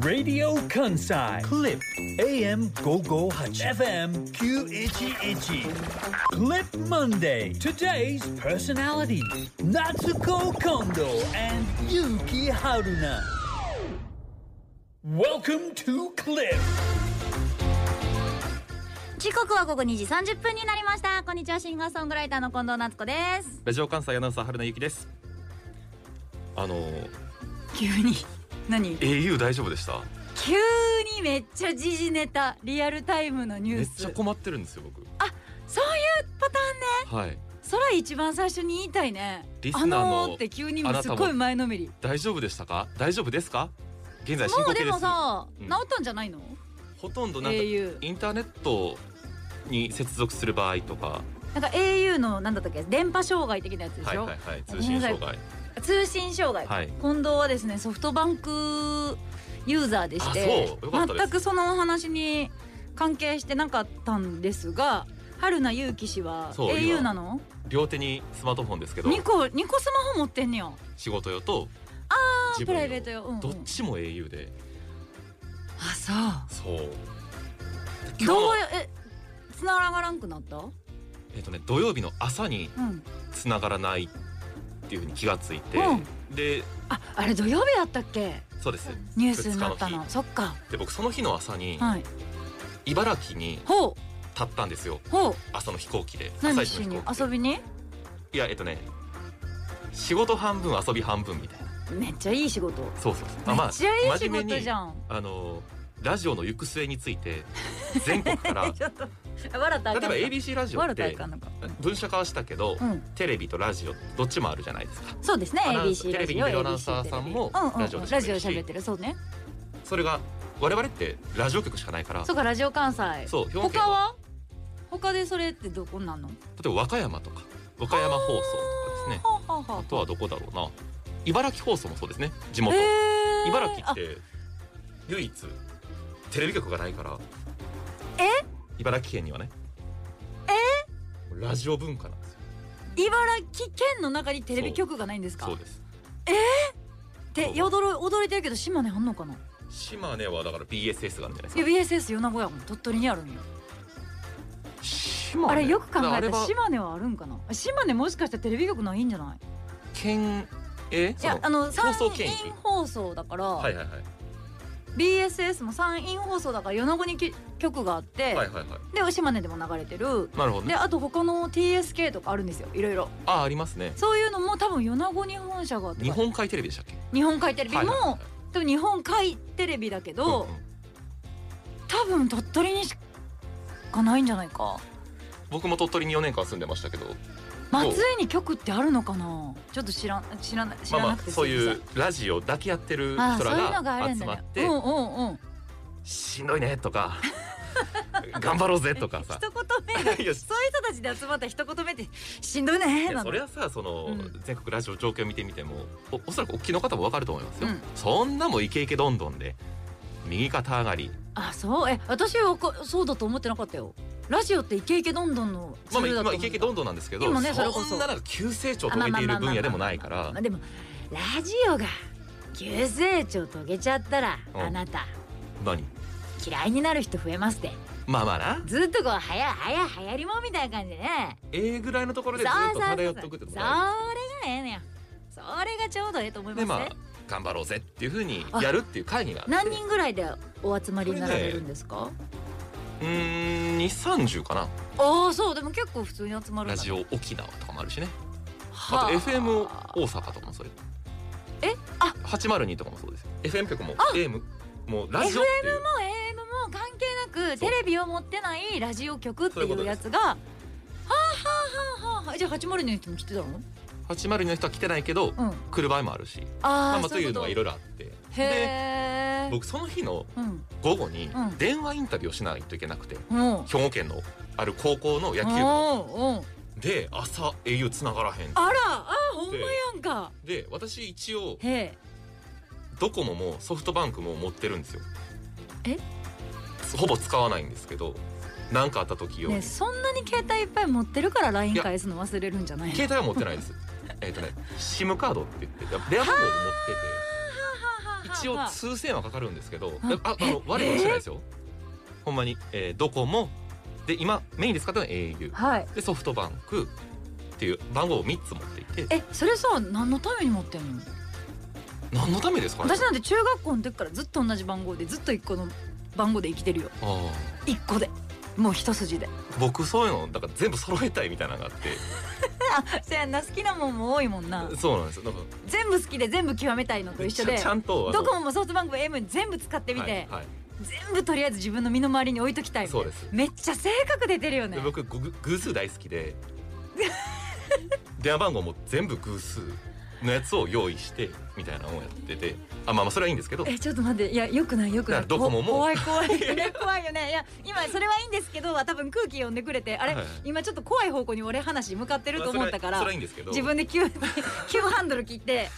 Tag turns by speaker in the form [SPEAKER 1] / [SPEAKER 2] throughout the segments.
[SPEAKER 1] ラディオ関西クリップ AM558FM911 Clip Monday Today's personality Natsuko Kondo and Yuki Haruna Welcome to Clip
[SPEAKER 2] 時刻は午後2時30分になりましたこんにちはシンガーソングライターの近藤夏子です
[SPEAKER 3] ラジオ関西アナウンサー春名ゆきです。あの
[SPEAKER 2] 急に何
[SPEAKER 3] au 大丈夫でした。
[SPEAKER 2] 急にめっちゃ時事ネタリアルタイムのニュ
[SPEAKER 3] め
[SPEAKER 2] ー
[SPEAKER 3] っ
[SPEAKER 2] ス
[SPEAKER 3] ち
[SPEAKER 2] そう
[SPEAKER 3] ゃ
[SPEAKER 2] いう
[SPEAKER 3] 困ってるんですよ僕。
[SPEAKER 2] パターンね
[SPEAKER 3] はい。
[SPEAKER 2] そら一番最初に言いたいね
[SPEAKER 3] リ
[SPEAKER 2] あ
[SPEAKER 3] スナー
[SPEAKER 2] の
[SPEAKER 3] の
[SPEAKER 2] ーって急に
[SPEAKER 3] あな
[SPEAKER 2] す
[SPEAKER 3] た
[SPEAKER 2] っ
[SPEAKER 3] も
[SPEAKER 2] ごい前のめり
[SPEAKER 3] 大丈夫でしたか？大丈夫ですか？現在進
[SPEAKER 2] も
[SPEAKER 3] 行
[SPEAKER 2] うで
[SPEAKER 3] 形で
[SPEAKER 2] も
[SPEAKER 3] す。
[SPEAKER 2] さ、
[SPEAKER 3] うん
[SPEAKER 2] 治ったんじゃないの
[SPEAKER 3] ほとんどなんか
[SPEAKER 2] au
[SPEAKER 3] インターネットに接続する場合とか、
[SPEAKER 2] なんか au のなんだったっけ電波障害的なやつで
[SPEAKER 3] は
[SPEAKER 2] し
[SPEAKER 3] い
[SPEAKER 2] ょ、
[SPEAKER 3] はいはい通信障害。
[SPEAKER 2] 通信障害、
[SPEAKER 3] はい
[SPEAKER 2] 近藤はですねソフトバンクユーザーでし
[SPEAKER 3] あ
[SPEAKER 2] て
[SPEAKER 3] そうよかったです
[SPEAKER 2] 全くそのお話に関係してなかったんですが春名優紀氏は
[SPEAKER 3] そう
[SPEAKER 2] au
[SPEAKER 3] 今
[SPEAKER 2] なの
[SPEAKER 3] 両手にスマートフォンですけど、
[SPEAKER 2] 2個二個スマホ持ってんねや
[SPEAKER 3] 仕事用と自
[SPEAKER 2] プ
[SPEAKER 3] 分
[SPEAKER 2] ラ
[SPEAKER 3] 用
[SPEAKER 2] イベートよ、うんうん
[SPEAKER 3] どっちも au で、
[SPEAKER 2] あそ
[SPEAKER 3] そう。
[SPEAKER 2] う
[SPEAKER 3] 今日
[SPEAKER 2] どうえ繋がらんくなったう
[SPEAKER 3] えっとね土曜日の朝に
[SPEAKER 2] ん
[SPEAKER 3] 繋がらないっていうふうに気がついて、
[SPEAKER 2] うん
[SPEAKER 3] で
[SPEAKER 2] ああれ土曜日やったっけ
[SPEAKER 3] そうです。
[SPEAKER 2] ニュースになった
[SPEAKER 3] 二日
[SPEAKER 2] の
[SPEAKER 3] の
[SPEAKER 2] そっか
[SPEAKER 3] で僕その日の朝に
[SPEAKER 2] はい
[SPEAKER 3] 茨城に
[SPEAKER 2] ほ
[SPEAKER 3] 立ったんですよ
[SPEAKER 2] うほう
[SPEAKER 3] 朝の飛行機で朝
[SPEAKER 2] 何
[SPEAKER 3] 一
[SPEAKER 2] しに
[SPEAKER 3] の飛
[SPEAKER 2] 遊
[SPEAKER 3] 行機
[SPEAKER 2] びに
[SPEAKER 3] でいやえっとね仕事半分遊び半分みたいな
[SPEAKER 2] めっちゃいい仕事
[SPEAKER 3] そうそうそう
[SPEAKER 2] めっちゃいい仕
[SPEAKER 3] 真面目
[SPEAKER 2] 事
[SPEAKER 3] に
[SPEAKER 2] じゃん
[SPEAKER 3] あのラジオの行く末について 全国から例
[SPEAKER 2] ちょっと 笑ったらあかんのか
[SPEAKER 3] えば ABC ラジオ
[SPEAKER 2] 笑
[SPEAKER 3] っ
[SPEAKER 2] ったらあ
[SPEAKER 3] て
[SPEAKER 2] かんのか
[SPEAKER 3] 分社化はしたけど、
[SPEAKER 2] うん
[SPEAKER 3] テレビとラジオどっちもあるじゃないですか
[SPEAKER 2] そうですね
[SPEAKER 3] アナウン
[SPEAKER 2] ABC
[SPEAKER 3] テ
[SPEAKER 2] ラ
[SPEAKER 3] レ
[SPEAKER 2] ジ
[SPEAKER 3] ビに
[SPEAKER 2] オ
[SPEAKER 3] 出るアナウン
[SPEAKER 2] ABC
[SPEAKER 3] サーさんも
[SPEAKER 2] テレビうんうん
[SPEAKER 3] ラジオで喋るし
[SPEAKER 2] ラジオ喋ってるそうね
[SPEAKER 3] それが我々ってラジオ局しかないから
[SPEAKER 2] そうかラジオ関西
[SPEAKER 3] そう兵庫県
[SPEAKER 2] 他は他でそれってどこなんの
[SPEAKER 3] 例えば和歌山とか和歌山放送とかですね
[SPEAKER 2] はあはあは
[SPEAKER 3] あとはどこだろうな茨城放送もそうですね地
[SPEAKER 2] あ
[SPEAKER 3] 元、
[SPEAKER 2] えー
[SPEAKER 3] 茨城っ
[SPEAKER 2] あ
[SPEAKER 3] て唯一テレビ局がないから茨城県にはねえラジオ文化なんですよ
[SPEAKER 2] 茨城県の中にテレビ局がないんですか
[SPEAKER 3] そうです
[SPEAKER 2] で驚驚いてるけど島根あんのかな
[SPEAKER 3] 島根はだから BSS があるんじゃないです
[SPEAKER 2] いや
[SPEAKER 3] か
[SPEAKER 2] BSS 米子やもん鳥取にあるんよ
[SPEAKER 3] 島
[SPEAKER 2] あれよく考
[SPEAKER 3] あ
[SPEAKER 2] えた
[SPEAKER 3] れ
[SPEAKER 2] ら
[SPEAKER 3] は
[SPEAKER 2] 島根はあるんかな島根もしかしたらテレビ局ないんじゃない
[SPEAKER 3] 県え
[SPEAKER 2] いやあの山
[SPEAKER 3] 放送
[SPEAKER 2] 陰
[SPEAKER 3] 圏域
[SPEAKER 2] 放送だから、
[SPEAKER 3] はいはいは
[SPEAKER 2] BSS も山陰放送だから米子にき曲があって、
[SPEAKER 3] いはいはいは
[SPEAKER 2] で島根でも流れてる
[SPEAKER 3] いなるほど
[SPEAKER 2] で
[SPEAKER 3] ね
[SPEAKER 2] あと他の TSK とかあるんですよいろいろ
[SPEAKER 3] あありますね
[SPEAKER 2] そういうのも多分米子に本社があって
[SPEAKER 3] 日本海テレビでしたっけ
[SPEAKER 2] 日本海テレビも、
[SPEAKER 3] はいはいはい
[SPEAKER 2] 多分日本海テレビだけど、
[SPEAKER 3] うんうん
[SPEAKER 2] 多分鳥取にしかないんじゃないか
[SPEAKER 3] 僕も鳥取に4年間住んでましたけど
[SPEAKER 2] 松江に局ってあるのかなちょっと知らん知らな知
[SPEAKER 3] まあ
[SPEAKER 2] ら
[SPEAKER 3] ま
[SPEAKER 2] な
[SPEAKER 3] あ
[SPEAKER 2] くて
[SPEAKER 3] そう
[SPEAKER 2] す
[SPEAKER 3] い
[SPEAKER 2] ませ
[SPEAKER 3] うんラジオだけやってる
[SPEAKER 2] ああ
[SPEAKER 3] 人
[SPEAKER 2] そういうの
[SPEAKER 3] ら
[SPEAKER 2] があ
[SPEAKER 3] が
[SPEAKER 2] るん
[SPEAKER 3] 集
[SPEAKER 2] だ
[SPEAKER 3] ま
[SPEAKER 2] ね
[SPEAKER 3] っ。
[SPEAKER 2] う
[SPEAKER 3] て
[SPEAKER 2] んうんうん。
[SPEAKER 3] しんどいね とか頑張ろうぜとかさ
[SPEAKER 2] 一言目がそう
[SPEAKER 3] い
[SPEAKER 2] いう
[SPEAKER 3] や
[SPEAKER 2] 人たちで集まった一言目ってしんどいねー
[SPEAKER 3] いや
[SPEAKER 2] な
[SPEAKER 3] そ
[SPEAKER 2] の。
[SPEAKER 3] れはさその、
[SPEAKER 2] うん
[SPEAKER 3] 全国ラジオ状況見てみてもおおそらくお聞きの方もわかると思いますよ、
[SPEAKER 2] うん
[SPEAKER 3] そんなもイケイケどんどんで右肩上がり
[SPEAKER 2] あそうえ私はこそうだと思ってなかったよ。ラジオってイケイケどんどんのツ
[SPEAKER 3] まあま
[SPEAKER 2] ー
[SPEAKER 3] あ
[SPEAKER 2] ルだと思
[SPEAKER 3] 今イ
[SPEAKER 2] う
[SPEAKER 3] ケイケどんどんなんですけど
[SPEAKER 2] 今ねそれこそ
[SPEAKER 3] んななんか急成長を遂げている分野でもないか
[SPEAKER 2] まあまあまあまあま
[SPEAKER 3] ら
[SPEAKER 2] あでもラジオが急成長遂げちゃったら、
[SPEAKER 3] うん
[SPEAKER 2] あなた
[SPEAKER 3] 何
[SPEAKER 2] 嫌いになる人増えますって
[SPEAKER 3] まあまあな
[SPEAKER 2] ずっとこうはやはやはやりもんみたいな感じでね
[SPEAKER 3] ええぐらいのところ
[SPEAKER 2] そう
[SPEAKER 3] でず
[SPEAKER 2] そ
[SPEAKER 3] っと
[SPEAKER 2] うそ
[SPEAKER 3] 漂
[SPEAKER 2] う
[SPEAKER 3] っとくって
[SPEAKER 2] それ
[SPEAKER 3] ことだね
[SPEAKER 2] がええのよそれがちょうどええと思います
[SPEAKER 3] で
[SPEAKER 2] ね、
[SPEAKER 3] まあ頑張ろうぜっていうふうにやるっていう会議があって
[SPEAKER 2] 何人ぐらいでお集まりになられるんですか、
[SPEAKER 3] うーん230かな
[SPEAKER 2] ああそうでも結構普通に集まる
[SPEAKER 3] ラジ
[SPEAKER 2] オ
[SPEAKER 3] オ沖縄とかもあるしね
[SPEAKER 2] あ
[SPEAKER 3] あと FM 大阪とかもそうよ
[SPEAKER 2] えあ
[SPEAKER 3] 802とかもそうですよ FM 局も AM もうラジオっていう
[SPEAKER 2] もう AM も関係なく
[SPEAKER 3] そ
[SPEAKER 2] テ
[SPEAKER 3] う
[SPEAKER 2] レビを持ってないラジオ局って
[SPEAKER 3] そういう
[SPEAKER 2] い
[SPEAKER 3] こと
[SPEAKER 2] う
[SPEAKER 3] で
[SPEAKER 2] や
[SPEAKER 3] す
[SPEAKER 2] つがはあはあはあはあはあじゃあ802の人も来てたの
[SPEAKER 3] 802の人は来てないけど、
[SPEAKER 2] うん
[SPEAKER 3] 来る場合もあるし
[SPEAKER 2] あ
[SPEAKER 3] まあま
[SPEAKER 2] あ
[SPEAKER 3] あというのはいろ
[SPEAKER 2] い
[SPEAKER 3] いろあって
[SPEAKER 2] ろ
[SPEAKER 3] で
[SPEAKER 2] へえ
[SPEAKER 3] 僕その日の
[SPEAKER 2] うん
[SPEAKER 3] 午後に
[SPEAKER 2] うん
[SPEAKER 3] 電話インタビューをしないといけなくて、
[SPEAKER 2] うん
[SPEAKER 3] 兵庫県のある高校の野球
[SPEAKER 2] うんうん
[SPEAKER 3] 部で朝 au つながらへん
[SPEAKER 2] あらあほんまやんから
[SPEAKER 3] で私一応
[SPEAKER 2] へえ
[SPEAKER 3] ドコモもソフトバンクも持ってるんですよ
[SPEAKER 2] え
[SPEAKER 3] ほぼ使わないんですけど何かあった時用に、
[SPEAKER 2] ねそんなに携帯いっぱい持ってるから LINE 返すの忘れるんじゃないの
[SPEAKER 3] 携帯は持ってないです えっとね SIM カードって言って電話番号を持ってて一応数千はかかるんですけど
[SPEAKER 2] あ
[SPEAKER 3] ああの悪いことしてないですよほんまに、えードコモで今メインで使ったのは au
[SPEAKER 2] はい
[SPEAKER 3] でソフトバンクっていう番号を3つ持っていて
[SPEAKER 2] えそれさ何のために持ってんの
[SPEAKER 3] 何のためですかね
[SPEAKER 2] 私なんて中学校の時からずっと同じ番号でずっと一個の番号で生きてるよ
[SPEAKER 3] あー
[SPEAKER 2] 一個でもう一筋で
[SPEAKER 3] 僕そういうのだから全部揃えたいみたいなのがあっ
[SPEAKER 2] あせやんな好きなもんも多いもん な
[SPEAKER 3] てそうなんですよだか
[SPEAKER 2] 全部好きで全部極めたいのと
[SPEAKER 3] ら
[SPEAKER 2] 一緒
[SPEAKER 3] ち
[SPEAKER 2] で
[SPEAKER 3] ゃちゃんとあの
[SPEAKER 2] ドコモもソフトバンクも M 全部使ってみて、
[SPEAKER 3] はいはい
[SPEAKER 2] 全部とりあえず自分の身の回りに置いときたい
[SPEAKER 3] そうです
[SPEAKER 2] めっちゃ性格出てるよね
[SPEAKER 3] で僕ぐ偶数大好き で電話番号も全部偶数のやつを用意してみたいなのをやっててあまあまあそれはいいんですけど
[SPEAKER 2] えちょっと待っていやよくないよくない
[SPEAKER 3] だからドコモも
[SPEAKER 2] こ怖い怖いいや怖いよねいや今それはいいんですけど多分空気読んでくれてあれ、
[SPEAKER 3] はい
[SPEAKER 2] 今ちょっと怖い方向に俺話向かってると思ったか
[SPEAKER 3] まあ
[SPEAKER 2] ら
[SPEAKER 3] それはいいんですけど
[SPEAKER 2] 自分で急に急ハンドル切って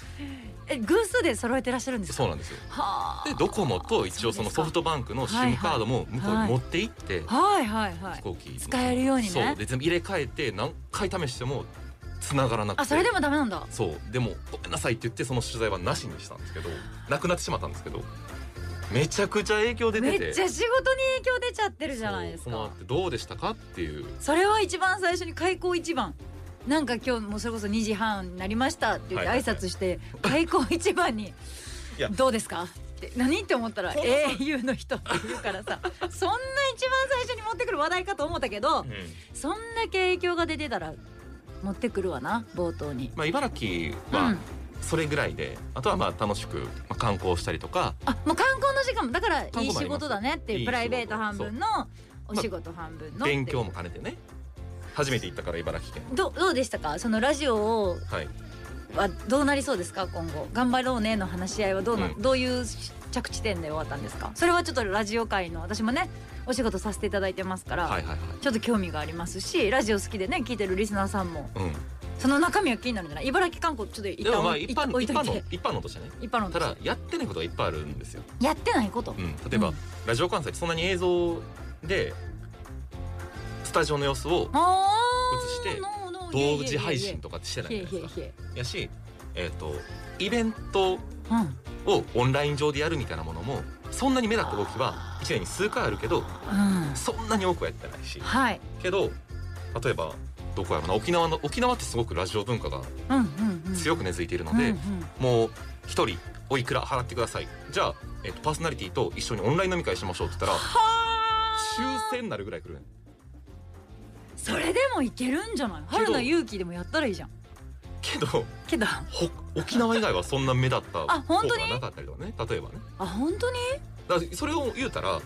[SPEAKER 2] え偶数で揃えてらっしゃるんですか
[SPEAKER 3] そうなんですよ
[SPEAKER 2] はあ
[SPEAKER 3] でドコモと一応そのソフトバンクの
[SPEAKER 2] はいはい
[SPEAKER 3] SIM カードも向こうに持って行って、
[SPEAKER 2] はいはいはい
[SPEAKER 3] 飛行機の
[SPEAKER 2] 使えるようにね
[SPEAKER 3] そうで全部入れ替えて何回試しても繋がらなくて
[SPEAKER 2] あそれでもダメなんだ
[SPEAKER 3] そうでもごめんなさいって言ってその取材はなしにしたんですけどなくなってしまったんですけどめちゃくちゃ影響出て
[SPEAKER 2] め
[SPEAKER 3] て
[SPEAKER 2] っちゃ仕事に影響出ちゃってるじゃないです
[SPEAKER 3] そう困
[SPEAKER 2] か
[SPEAKER 3] ってどうでしたかっていう
[SPEAKER 2] それは一番最初に開口一番なんか今日もうそれこそ2時半になりましたって言って
[SPEAKER 3] は
[SPEAKER 2] 挨
[SPEAKER 3] いはいはい
[SPEAKER 2] 拶して開口一番に
[SPEAKER 3] い
[SPEAKER 2] 「
[SPEAKER 3] や
[SPEAKER 2] どうですか?」って何って思ったら「
[SPEAKER 3] こんな
[SPEAKER 2] 英雄の人」って言うからさそんな一番最初に持ってくる話題かと思ったけどそんだけ影響が出てたら持ってくるわな冒頭に。
[SPEAKER 3] まあ、茨城
[SPEAKER 2] う
[SPEAKER 3] は
[SPEAKER 2] ん
[SPEAKER 3] それぐらいで、あとはまあ楽しくまあ観光したりとか
[SPEAKER 2] あもう観光の時間もだからい
[SPEAKER 3] 観
[SPEAKER 2] い
[SPEAKER 3] 光もあ
[SPEAKER 2] 仕
[SPEAKER 3] ります
[SPEAKER 2] 事だねってい
[SPEAKER 3] いうい
[SPEAKER 2] プライベート半分のお仕事半分のっていう
[SPEAKER 3] 勉強も兼ねてね初めて行ったから茨城県
[SPEAKER 2] どどうでしたかそのラジオを
[SPEAKER 3] はい
[SPEAKER 2] はどうなりそうですか今後頑張ろうねの話し合いはどうな、
[SPEAKER 3] うん
[SPEAKER 2] どういう着地点で終わったんですかそれはちょっとラジオ界の私もねお仕事させていただいてますから、
[SPEAKER 3] はいはいはい
[SPEAKER 2] ちょっと興味がありますしラジオ好きでね聞いてるリスナーさんも
[SPEAKER 3] う
[SPEAKER 2] その中身は気になるんじゃない茨城観光ちょっと
[SPEAKER 3] ん
[SPEAKER 2] 一
[SPEAKER 3] で
[SPEAKER 2] 旦
[SPEAKER 3] もまあ
[SPEAKER 2] 置い
[SPEAKER 3] 一
[SPEAKER 2] 一
[SPEAKER 3] 般
[SPEAKER 2] 旦置い
[SPEAKER 3] 一
[SPEAKER 2] と
[SPEAKER 3] 般
[SPEAKER 2] い
[SPEAKER 3] の
[SPEAKER 2] て
[SPEAKER 3] 一般のとしてね
[SPEAKER 2] 一般論
[SPEAKER 3] た
[SPEAKER 2] とし
[SPEAKER 3] だ
[SPEAKER 2] て
[SPEAKER 3] やってないことがいっぱいあるんですよ、
[SPEAKER 2] やってないこと、
[SPEAKER 3] うん、例えば、
[SPEAKER 2] うん
[SPEAKER 3] ラジオ関西そんなに映像でスタジオの様子を
[SPEAKER 2] あ
[SPEAKER 3] 映して
[SPEAKER 2] あ
[SPEAKER 3] 同時配信とかってしてない
[SPEAKER 2] へ
[SPEAKER 3] じ
[SPEAKER 2] え
[SPEAKER 3] ゃな
[SPEAKER 2] へえ
[SPEAKER 3] いですか
[SPEAKER 2] へえ
[SPEAKER 3] やしえっ、とイベント
[SPEAKER 2] うん
[SPEAKER 3] をオンライン上でやるみたいなものもそんなに目立った動きは1年に数回あるけど
[SPEAKER 2] うん
[SPEAKER 3] そんなに多くはやってないし
[SPEAKER 2] はい
[SPEAKER 3] けど例えばどこやろな沖縄の沖縄ってすごくラジオ文化が
[SPEAKER 2] うんうんうん
[SPEAKER 3] 強く根付いているので、
[SPEAKER 2] うんうん
[SPEAKER 3] もう1人おいくら払ってくださいじゃあ、えっとパーソナリティと一緒にオンライン飲み会しましょうって言ったら抽選になるぐらい来るね
[SPEAKER 2] それでもいけるんじゃない
[SPEAKER 3] けど
[SPEAKER 2] 春の勇気でもやったらいいじゃん
[SPEAKER 3] けど
[SPEAKER 2] けど
[SPEAKER 3] ほ沖縄以外はそんな目立った
[SPEAKER 2] あ本当に
[SPEAKER 3] 効果がなかったりとかね例えばね
[SPEAKER 2] あ本当に
[SPEAKER 3] だからそれを言うたら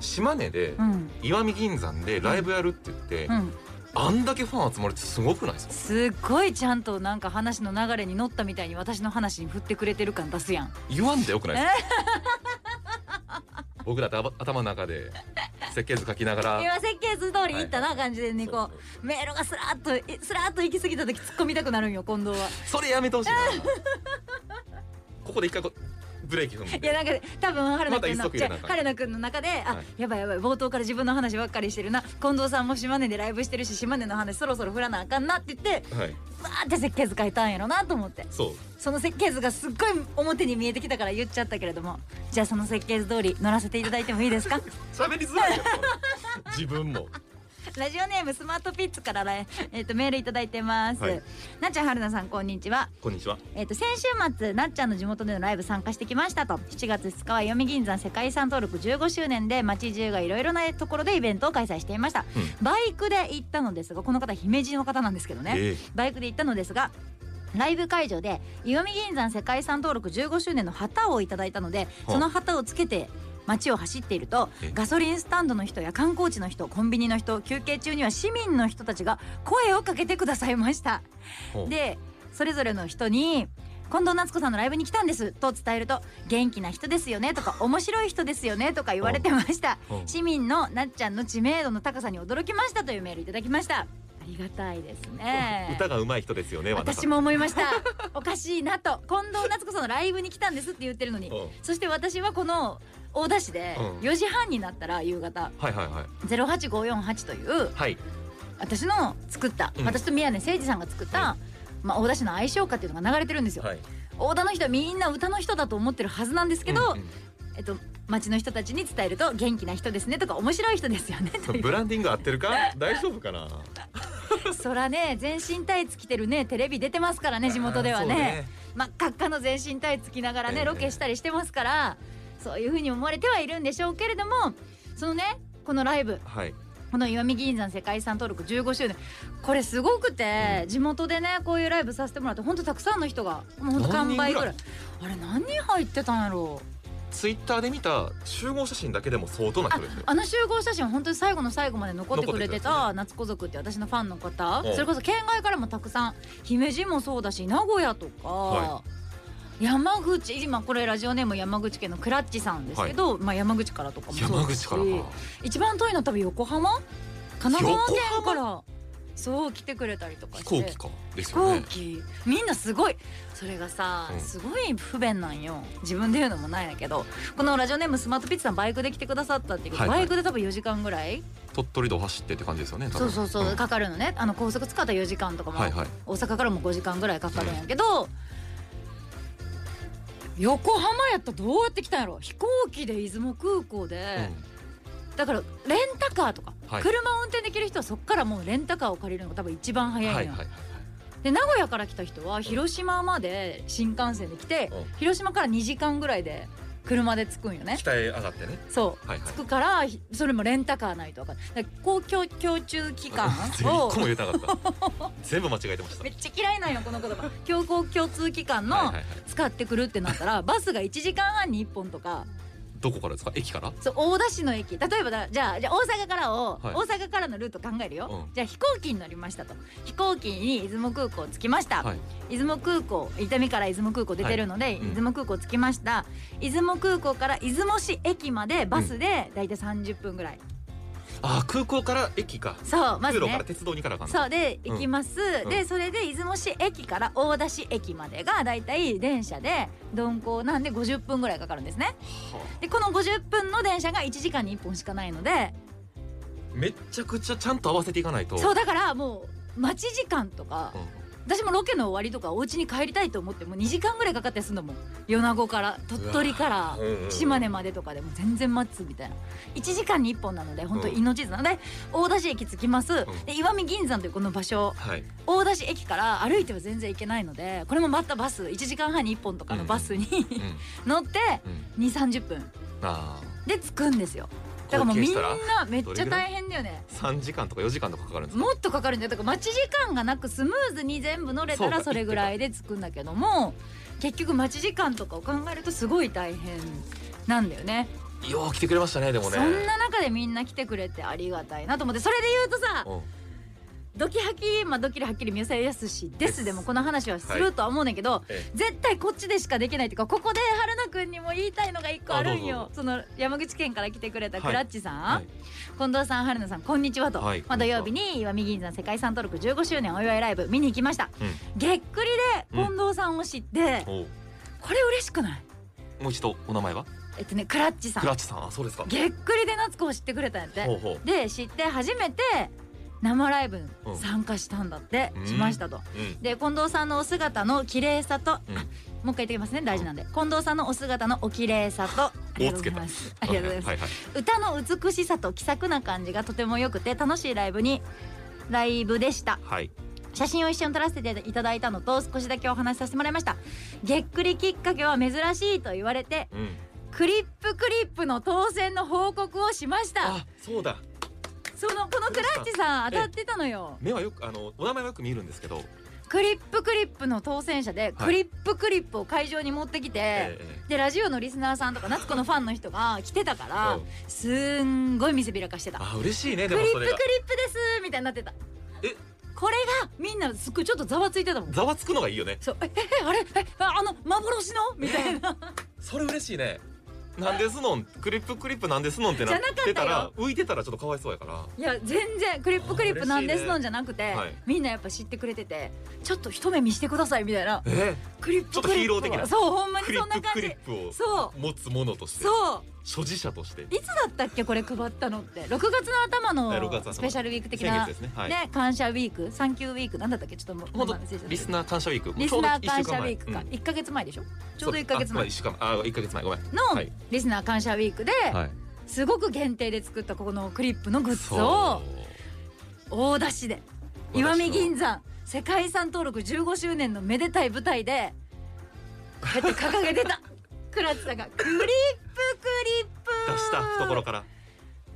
[SPEAKER 3] 島根で
[SPEAKER 2] うん
[SPEAKER 3] 石見銀山でライブやるって言って、
[SPEAKER 2] うん
[SPEAKER 3] あんだけファン集まるってすごくないですか
[SPEAKER 2] すっごいちゃんとなんか話の流れに乗ったみたいに私の話に振ってくれてる感出すやん
[SPEAKER 3] 言わんでよくないですか 僕だって頭頭の中で設計図書きながら
[SPEAKER 2] 今設計図通りいったな
[SPEAKER 3] はい
[SPEAKER 2] 感じでねこうメールがスラーっと えスラーっと行き過ぎた時突っ込みたくなるんよ近藤は
[SPEAKER 3] それやめてほしいなここで一回こうブレーキ踏ん
[SPEAKER 2] いや
[SPEAKER 3] で
[SPEAKER 2] なんか多分春菜くんの、
[SPEAKER 3] また一足
[SPEAKER 2] じゃ
[SPEAKER 3] 言うな
[SPEAKER 2] あ春菜くんの中で、あ
[SPEAKER 3] はい
[SPEAKER 2] やばいやばい冒頭から自分の話ばっかりしてるな近藤さんも島根でライブしてるし島根の話そろそろ振らなあかんなって言って
[SPEAKER 3] はい
[SPEAKER 2] わーって設計図書いたんやろなと思って
[SPEAKER 3] そう
[SPEAKER 2] その設計図がすっごい表に見えてきたから言っちゃったけれどもじゃあその設計図通り乗らせていただいてもいいですか
[SPEAKER 3] 喋りづらいよこれ自分も
[SPEAKER 2] ラジオネームスマートピッツからね、えっとメールいただいてます、
[SPEAKER 3] はい
[SPEAKER 2] なっちゃんはるなさんこんにちは
[SPEAKER 3] こんにちは
[SPEAKER 2] えっと先週末なっちゃんの地元でのライブ参加してきましたと7月2日は読み銀山世界遺産登録15周年で街中がいろいろなところでイベントを開催していました、
[SPEAKER 3] う
[SPEAKER 2] バイクで行ったのですがこの方姫路の方なんですけどね、
[SPEAKER 3] ええ
[SPEAKER 2] バイクで行ったのですがライブ会場で石見銀山世界遺産登録15周年の旗をいただいたので
[SPEAKER 3] はあ
[SPEAKER 2] その旗をつけて街を走っていると
[SPEAKER 3] え
[SPEAKER 2] ガソリンスタンドの人や観光地の人コンビニの人休憩中には市民の人たちが声をかけてくださいました
[SPEAKER 3] ほう
[SPEAKER 2] でそれぞれの人に近藤夏子さんのライブに来たんですと伝えると元気な人ですよねとか面白い人ですよねとか言われてました
[SPEAKER 3] ほう
[SPEAKER 2] 市民のなっちゃんの知名度の高さに驚きましたというメールいただきましたありがたいですね
[SPEAKER 3] 歌が上手い人ですよね和田さ
[SPEAKER 2] 私
[SPEAKER 3] ん
[SPEAKER 2] も思いましたおかしいなと近藤夏子さんのライブに来たんですって言ってるのに、
[SPEAKER 3] うん
[SPEAKER 2] そして私はこの大田市で
[SPEAKER 3] うん
[SPEAKER 2] 4時半になったら夕方
[SPEAKER 3] はいはいはい
[SPEAKER 2] 08548という
[SPEAKER 3] はい
[SPEAKER 2] 私の作った、
[SPEAKER 3] うん
[SPEAKER 2] 私と宮根誠司さんが作った、まあ、大田市の相性歌っていうのが流れてるんですよ、
[SPEAKER 3] はい
[SPEAKER 2] 大田の人はみんな歌の人だと思ってるはずなんですけど、
[SPEAKER 3] うんうん
[SPEAKER 2] えっと町の人たちに伝えると元気な人ですねとか面白い人ですよねという
[SPEAKER 3] ブランディング合ってるか大丈夫かな
[SPEAKER 2] そらね全身タイツ着てるねテレビ出てますからね地元ではね真っ赤っかの全身タイツ着ながらね、
[SPEAKER 3] ええ
[SPEAKER 2] ロケしたりしてますからそういうふうに思われてはいるんでしょうけれどもそのねこのライブ
[SPEAKER 3] あそうねはい
[SPEAKER 2] この石見銀山世界遺産登録15周年これすごくて、地元でねこういうライブさせてもらってほんとたくさんの人がもうほんと完売ぐらい
[SPEAKER 3] 何
[SPEAKER 2] あれ何人入ってたんやろう
[SPEAKER 3] ツイッターで見た集合写真だけでも相当な人ですよ
[SPEAKER 2] あの集合写真本当に最後の最後まで残ってくれて
[SPEAKER 3] 残
[SPEAKER 2] た夏子族って私のファンの方、
[SPEAKER 3] うん
[SPEAKER 2] それこそ県外からもたくさん姫路もそうだし名古屋とか、
[SPEAKER 3] は
[SPEAKER 2] 山口今これラジオネーム山口県のクラッチさんですけど、まあ、山口からとかもそう
[SPEAKER 3] 山
[SPEAKER 2] です
[SPEAKER 3] 口
[SPEAKER 2] し
[SPEAKER 3] からか
[SPEAKER 2] 一番遠いのは多分横浜神奈川県からそう来てくれたりとかし
[SPEAKER 3] 飛
[SPEAKER 2] て
[SPEAKER 3] 行機かです
[SPEAKER 2] 飛
[SPEAKER 3] よ
[SPEAKER 2] 行
[SPEAKER 3] ね
[SPEAKER 2] 機みんなすごいそれがさ、
[SPEAKER 3] うん
[SPEAKER 2] すごい不便なんよ自分で言うのもないんやけどこのラジオネームスマートピッツさんバイクで来てくださったっていうけど、
[SPEAKER 3] はいはい
[SPEAKER 2] バイクで多分4時間ぐらい
[SPEAKER 3] 鳥取道走ってって感じですよね
[SPEAKER 2] そ
[SPEAKER 3] 多分
[SPEAKER 2] うそうそう、
[SPEAKER 3] ん
[SPEAKER 2] かかるのねあの高速使ったら4時間とかも、
[SPEAKER 3] はいはい
[SPEAKER 2] 大阪からも5時間ぐらいかかるんやけど、横浜やったらどうやって来たんやろ飛行機で出雲空港で、だからレンタカーとか、
[SPEAKER 3] はい
[SPEAKER 2] 車を運転できる人はそっからもうレンタカーを借りるのが多分一番
[SPEAKER 3] う
[SPEAKER 2] 早い
[SPEAKER 3] ん
[SPEAKER 2] の
[SPEAKER 3] は
[SPEAKER 2] よ、
[SPEAKER 3] いはいはい
[SPEAKER 2] で名古屋から来た人は広島まで新幹線で来て、
[SPEAKER 3] うん
[SPEAKER 2] 広島から2時間ぐらいで車で着くんよね
[SPEAKER 3] 北へ上がってね
[SPEAKER 2] そう、
[SPEAKER 3] はいはい
[SPEAKER 2] 着くからひそれもレンタカーないと分かんないだから公共共通機関
[SPEAKER 3] 全部 一
[SPEAKER 2] を
[SPEAKER 3] 個も言えてなかった 全部間違えてました
[SPEAKER 2] めっちゃ嫌いなんよこの言葉共公共通機関
[SPEAKER 3] はい
[SPEAKER 2] の
[SPEAKER 3] はいはい
[SPEAKER 2] 使ってくるってなったらバスが1時間半に1本とか
[SPEAKER 3] どこからですか駅から
[SPEAKER 2] そう大田市の駅例えばだじゃあじゃあ大阪からを、
[SPEAKER 3] はい
[SPEAKER 2] 大阪からのルート考えるよ、
[SPEAKER 3] うん
[SPEAKER 2] じゃあ飛行機に乗りましたと飛行機に出雲空港着きました、
[SPEAKER 3] はい
[SPEAKER 2] 出雲空港伊丹から出雲空港出てるので、
[SPEAKER 3] うん
[SPEAKER 2] 出雲空港着きました出雲空港から出雲市駅までバスで大体30分ぐらい、
[SPEAKER 3] あー空港から駅か
[SPEAKER 2] そうまず
[SPEAKER 3] 通路から
[SPEAKER 2] ね
[SPEAKER 3] 鉄道にからかな
[SPEAKER 2] そうで行きます、
[SPEAKER 3] うんう
[SPEAKER 2] でそれで出雲市駅から大田市駅までが大体電車で鈍行なんで50分ぐらいかかるんですね
[SPEAKER 3] はあ
[SPEAKER 2] でこの50分の電車が1時間に1本しかないので
[SPEAKER 3] めちゃくちゃちゃんと合わせていかないと
[SPEAKER 2] そうだからもう待ち時間とか
[SPEAKER 3] うん
[SPEAKER 2] 私もロケの終わりとかお家に帰りたいと思ってもう2時間ぐらいかかったりするのもん米子から鳥取から
[SPEAKER 3] うんうんうん
[SPEAKER 2] 島根までとかでも全然待つみたいな1時間に1本なので本当命綱なので大田市駅着きます
[SPEAKER 3] ん
[SPEAKER 2] で石見銀山というこの場所
[SPEAKER 3] はい
[SPEAKER 2] 大田市駅から歩いては全然行けないのでこれもまたバス1時間半に1本とかのバスに
[SPEAKER 3] うんうん
[SPEAKER 2] 乗って2 3 0分
[SPEAKER 3] あ
[SPEAKER 2] で着くんですよだ
[SPEAKER 3] あ
[SPEAKER 2] からもう
[SPEAKER 3] 合計
[SPEAKER 2] み
[SPEAKER 3] し
[SPEAKER 2] ん
[SPEAKER 3] たら
[SPEAKER 2] なめっ
[SPEAKER 3] ど
[SPEAKER 2] ち
[SPEAKER 3] れ
[SPEAKER 2] ゃ
[SPEAKER 3] ぐらい
[SPEAKER 2] 大変だよね
[SPEAKER 3] 3時間とか4時間とかかかるんですか
[SPEAKER 2] もっとかかるんだよだから待ち時間がなくスムーズに全部乗れた
[SPEAKER 3] そう
[SPEAKER 2] ら
[SPEAKER 3] か
[SPEAKER 2] それぐらいで着くんだけども結局待ち時間とかを考えるとすごい大変なんだよね
[SPEAKER 3] よう来てくれましたねでもね
[SPEAKER 2] そんな中でみんな来てくれてありがたいなと思ってそれで言うとさ
[SPEAKER 3] うん
[SPEAKER 2] ドキハキまあドキリはっきり見せやすしですでもこの話はするとは思うねんだけど、
[SPEAKER 3] ええ
[SPEAKER 2] 絶対こっちでしかできないっていうかここで春菜くんにも言いたいのが一個あるん
[SPEAKER 3] あどう
[SPEAKER 2] よ
[SPEAKER 3] ぞ
[SPEAKER 2] その山口県から来てくれたクラッチさん、
[SPEAKER 3] はい
[SPEAKER 2] 近藤さん春菜さんこんにちはと、
[SPEAKER 3] はい
[SPEAKER 2] まあ、土曜日に岩見銀山世界遺産登録15周年お祝いライブ見に行きました、
[SPEAKER 3] うん
[SPEAKER 2] げっくりで近藤さんを知って、
[SPEAKER 3] おう
[SPEAKER 2] これ嬉しくない
[SPEAKER 3] もう一度お名前は
[SPEAKER 2] えっとねクラッチさ
[SPEAKER 3] クラ
[SPEAKER 2] ん
[SPEAKER 3] ッチさんあそうですか
[SPEAKER 2] げっくりで夏子を知ってくれたんやって
[SPEAKER 3] ほうほう
[SPEAKER 2] で知って初めて生ライブに
[SPEAKER 3] うん
[SPEAKER 2] 参加したんだって、
[SPEAKER 3] うん
[SPEAKER 2] しましたと。
[SPEAKER 3] うん
[SPEAKER 2] で近藤さんのお姿の綺麗さと、
[SPEAKER 3] うん
[SPEAKER 2] あもう一回言ってきますね大事なんで近藤さんのお姿のお綺麗さとありがとうございますありがとうございます、
[SPEAKER 3] はいはい
[SPEAKER 2] 歌の美しさと気さくな感じがとても良くて楽しいライブにライブでした
[SPEAKER 3] はい
[SPEAKER 2] 写真を一緒に撮らせていただいたのと少しだけお話しさせてもらいましたげっくりきっかけは珍しいと言われて
[SPEAKER 3] うん
[SPEAKER 2] クリップクリップの当選の報告をしました
[SPEAKER 3] あそうだ
[SPEAKER 2] そのこのクラッチさん当たってたのよ
[SPEAKER 3] 目はよくあのお名前はよく見るんですけど
[SPEAKER 2] クリップクリップの当選者でクリップクリップを会場に持ってきて、
[SPEAKER 3] ええ
[SPEAKER 2] でラジオのリスナーさんとか夏子のファンの人が来てたか
[SPEAKER 3] う
[SPEAKER 2] ら
[SPEAKER 3] ん
[SPEAKER 2] すんごい見せびらかしてた
[SPEAKER 3] あ嬉しいね
[SPEAKER 2] ク
[SPEAKER 3] で
[SPEAKER 2] リッ
[SPEAKER 3] も
[SPEAKER 2] プ
[SPEAKER 3] そ
[SPEAKER 2] クリ
[SPEAKER 3] れ
[SPEAKER 2] ッ
[SPEAKER 3] が
[SPEAKER 2] プですみたいになってた
[SPEAKER 3] え
[SPEAKER 2] これがみんなすっごいちょっとざわついてたもん
[SPEAKER 3] ざわつくのがいいよね
[SPEAKER 2] そうえええあれえああの幻のみたいな
[SPEAKER 3] それ嬉しいねなんですのんクリップクリップなんですのんってな
[SPEAKER 2] じゃ
[SPEAKER 3] っ
[SPEAKER 2] なかった
[SPEAKER 3] て
[SPEAKER 2] よ
[SPEAKER 3] たら浮いてたらちょっとかわいそうやから
[SPEAKER 2] いや全然クリップクリップなんですのんじゃなくて、
[SPEAKER 3] 嬉しいねはい
[SPEAKER 2] みんなやっぱ知ってくれててちょっと一目見してくださいみたいな
[SPEAKER 3] え
[SPEAKER 2] クリップ
[SPEAKER 3] ちょっと
[SPEAKER 2] クリップ
[SPEAKER 3] ヒーロー的な
[SPEAKER 2] そうほんまに
[SPEAKER 3] クリ
[SPEAKER 2] そんな
[SPEAKER 3] ップク
[SPEAKER 2] 感
[SPEAKER 3] リ
[SPEAKER 2] じ
[SPEAKER 3] ップを
[SPEAKER 2] そ
[SPEAKER 3] 持つものとし
[SPEAKER 2] う
[SPEAKER 3] て
[SPEAKER 2] そ
[SPEAKER 3] 所持者として
[SPEAKER 2] ういつだったっけこれ配ったのって6月の頭
[SPEAKER 3] はい6月の
[SPEAKER 2] の
[SPEAKER 3] 頭
[SPEAKER 2] スペシャルウィーク的
[SPEAKER 3] 先月
[SPEAKER 2] な
[SPEAKER 3] ですねはい
[SPEAKER 2] ね感謝ウィーク産休ウィークなんだったっけちょっともう
[SPEAKER 3] 本
[SPEAKER 2] 名前忘れちゃっ
[SPEAKER 3] 当
[SPEAKER 2] た
[SPEAKER 3] リスナー感謝ウィーク
[SPEAKER 2] リスナー感謝ウィーク
[SPEAKER 3] ちょうど一週間前
[SPEAKER 2] か
[SPEAKER 3] うん
[SPEAKER 2] 1か月前でしょちょうど1か月
[SPEAKER 3] あまあ
[SPEAKER 2] 前
[SPEAKER 3] 一週間あ一ヶ月前ごめんは
[SPEAKER 2] の
[SPEAKER 3] い
[SPEAKER 2] リスナー感謝ウィークで
[SPEAKER 3] はい
[SPEAKER 2] すごく限定で作ったここのクリップのグッズを
[SPEAKER 3] そう
[SPEAKER 2] 大出しで
[SPEAKER 3] 私の
[SPEAKER 2] 石見銀山世界遺産登録15周年のめでたい舞台でこうやって掲げて た倉地さんが「クリップクリップ」
[SPEAKER 3] 出した懐から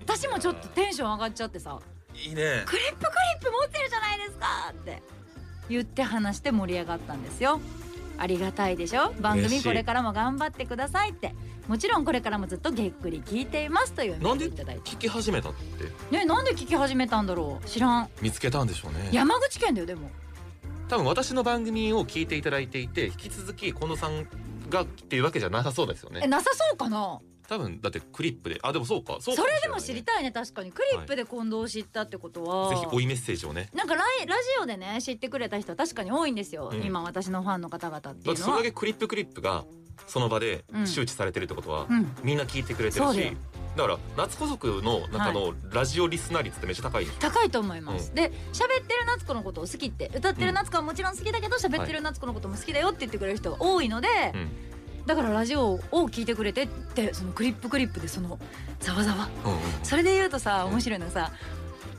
[SPEAKER 2] 私もちょっとテンション上がっちゃってさ
[SPEAKER 3] いいね
[SPEAKER 2] 「クリップクリップ持ってるじゃないですか!」って言って話して盛り上がったんですよ。ありがたいでしょ番
[SPEAKER 3] 嬉
[SPEAKER 2] 組
[SPEAKER 3] しい
[SPEAKER 2] これからも頑張ってくださいってもちろんこれからもずっとげっくり聞いていますというメ
[SPEAKER 3] な
[SPEAKER 2] ー
[SPEAKER 3] ん
[SPEAKER 2] ル
[SPEAKER 3] で
[SPEAKER 2] いただいて
[SPEAKER 3] 聞き始めたって
[SPEAKER 2] ねなんで聞き始めたんだろう知らん
[SPEAKER 3] 見つけたんでしょうね
[SPEAKER 2] 山口県だよでも
[SPEAKER 3] 多分私の番組を聞いていただいていて引き続き近藤さんがっていうわけじゃなさそうですよ
[SPEAKER 2] え
[SPEAKER 3] ね
[SPEAKER 2] なさそうかな
[SPEAKER 3] 多分だってクリップであでもそうかそうか
[SPEAKER 2] それでも
[SPEAKER 3] し
[SPEAKER 2] 知
[SPEAKER 3] れないね
[SPEAKER 2] りたいね確かにクリップで近藤知ったってことは、
[SPEAKER 3] ぜひ追いメッセージをね
[SPEAKER 2] なんかライラジオでね知ってくれた人は確かに多いんですよ、
[SPEAKER 3] うん
[SPEAKER 2] 今私のファンの方々って
[SPEAKER 3] だ
[SPEAKER 2] い
[SPEAKER 3] っ
[SPEAKER 2] う
[SPEAKER 3] て
[SPEAKER 2] の
[SPEAKER 3] それ
[SPEAKER 2] は
[SPEAKER 3] だけクリップクリップがその場で
[SPEAKER 2] うん
[SPEAKER 3] 周知されてるってことは、
[SPEAKER 2] うん
[SPEAKER 3] みんな聞いてくれて
[SPEAKER 2] そ
[SPEAKER 3] る
[SPEAKER 2] うだ
[SPEAKER 3] し
[SPEAKER 2] よ
[SPEAKER 3] だから夏子族の中のラジオリスナー率ってめっちゃ高いでしょ、
[SPEAKER 2] 高いと思います、で喋ってる夏子のことを好きって歌ってる夏子はもちろん好きだけど喋ってる夏子のことも好きだよって言ってくれる人が多いので、
[SPEAKER 3] うん
[SPEAKER 2] だからラジオを聞いてくれてってそのクリップクリップでそのざわざわ
[SPEAKER 3] うんうん
[SPEAKER 2] それで言うとさ
[SPEAKER 3] うん
[SPEAKER 2] 面白いのがさ、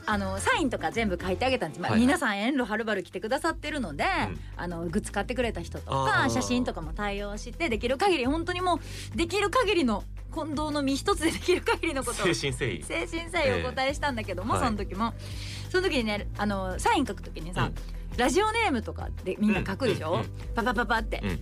[SPEAKER 2] あのサインとか全部書いてあげたんです、まあ
[SPEAKER 3] はいはい
[SPEAKER 2] 皆さん遠路はるばる来てくださってるので、
[SPEAKER 3] ん
[SPEAKER 2] あのグッズ買ってくれた人と
[SPEAKER 3] あ
[SPEAKER 2] か
[SPEAKER 3] ー
[SPEAKER 2] 写真とかも対応してできる限り本当にもうできる限りの近藤の身一つでできる限りのことを
[SPEAKER 3] 精神誠意
[SPEAKER 2] 精神誠意をお答えしたんだけども、
[SPEAKER 3] ええ
[SPEAKER 2] その時も、その時にねあのサイン書く時にさ、ラジオネームとかでみんな書くでしょ、
[SPEAKER 3] うんうん
[SPEAKER 2] パパパパって
[SPEAKER 3] うん